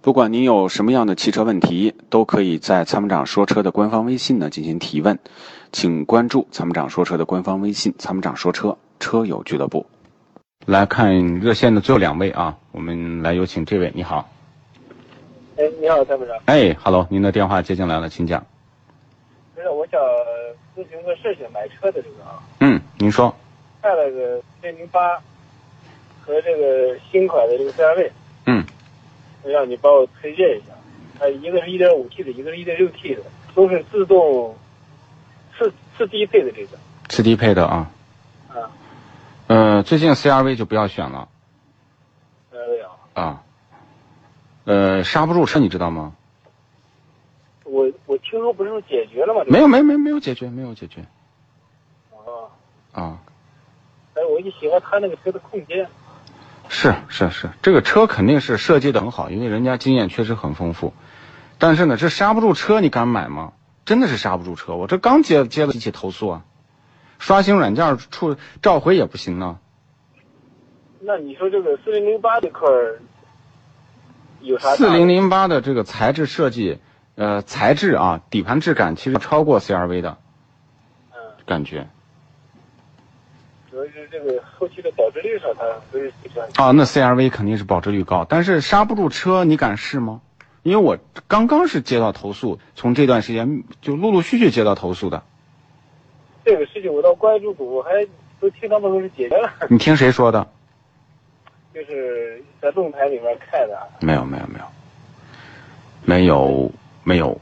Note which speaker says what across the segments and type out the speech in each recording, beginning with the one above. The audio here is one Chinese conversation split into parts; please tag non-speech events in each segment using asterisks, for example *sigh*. Speaker 1: 不管您有什么样的汽车问题，都可以在参谋长说车的官方微信呢进行提问，请关注参谋长说车的官方微信“参谋长说车车友俱乐部
Speaker 2: 来看热线的最后两位啊，我们来有请这位，你好，
Speaker 3: 哎，你好，参谋长。
Speaker 2: 哎哈喽，您的电话接进来了，请讲。
Speaker 3: 不是，我想咨询个事情，买车的这个啊，
Speaker 2: 嗯，您说，
Speaker 3: 看了个 C 零八和这个新款的这个 CRV，
Speaker 2: 嗯，
Speaker 3: 我让你帮我推荐一下。呃，一个是 1.5T 的，一个是 1.6T 的，都是自动次次低配的这个。
Speaker 2: 次低配的啊，
Speaker 3: 啊，
Speaker 2: 呃，最近 CRV 就不要选了
Speaker 3: 呃呀，
Speaker 2: 啊，呃，刹不住车，你知道吗？
Speaker 3: 我我听说不是说解决了吗？这个
Speaker 2: 没有，没有，没有，没有解决，没有解决
Speaker 3: 啊，
Speaker 2: 啊，
Speaker 3: 但是我就喜欢它那个车的空间。
Speaker 2: 是是是，这个车肯定是设计的很好，因为人家经验确实很丰富，但是呢，这刹不住车，你敢买吗？真的是刹不住车，我这刚接接了几起投诉啊，刷新软件处召回也不行啊呢。
Speaker 3: 那你说这个四零零八这块儿有啥大的？
Speaker 2: 四零零八的这个材质设计，呃，材质啊，底盘质感其实超过 CRV 的
Speaker 3: 嗯。
Speaker 2: 感觉
Speaker 3: 主要是这个后期的保值率上，它不是非常
Speaker 2: 啊。那 CRV 肯定是保值率高，但是刹不住车，你敢试吗？因为我刚刚是接到投诉，从这段时间就陆陆续续接到投诉的。
Speaker 3: 这个事情我倒关注过，我还都听他们说是解决了， *laughs*
Speaker 2: 你听谁说的？
Speaker 3: 就是在论坛里面看的。
Speaker 2: 没有，没有，没有，没有，没有。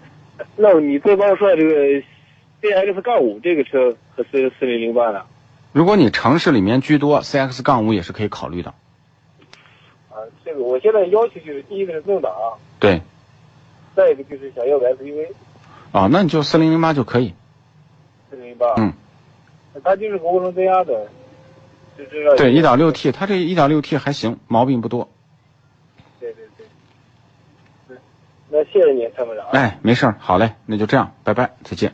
Speaker 3: 那你再帮我说下这个 CX 杠五这个车和四四零零八呢？
Speaker 2: 如果你城市里面居多，CX 杠五也是可以考虑的。
Speaker 3: 啊，这个我现在要求就是第一个是动挡，
Speaker 2: 对
Speaker 3: 再一个就是想要个 SUV
Speaker 2: 啊，那你就四零零八就可以。
Speaker 3: 四零零八。
Speaker 2: 嗯。
Speaker 3: 它就是个涡轮增压的，就是让
Speaker 2: 对，一点六 T，它这一点六 T 还行，毛病不多。
Speaker 3: 对对对。嗯那谢谢您，参谋长啊。
Speaker 2: 哎，没事儿，好嘞，那就这样，拜拜，再见。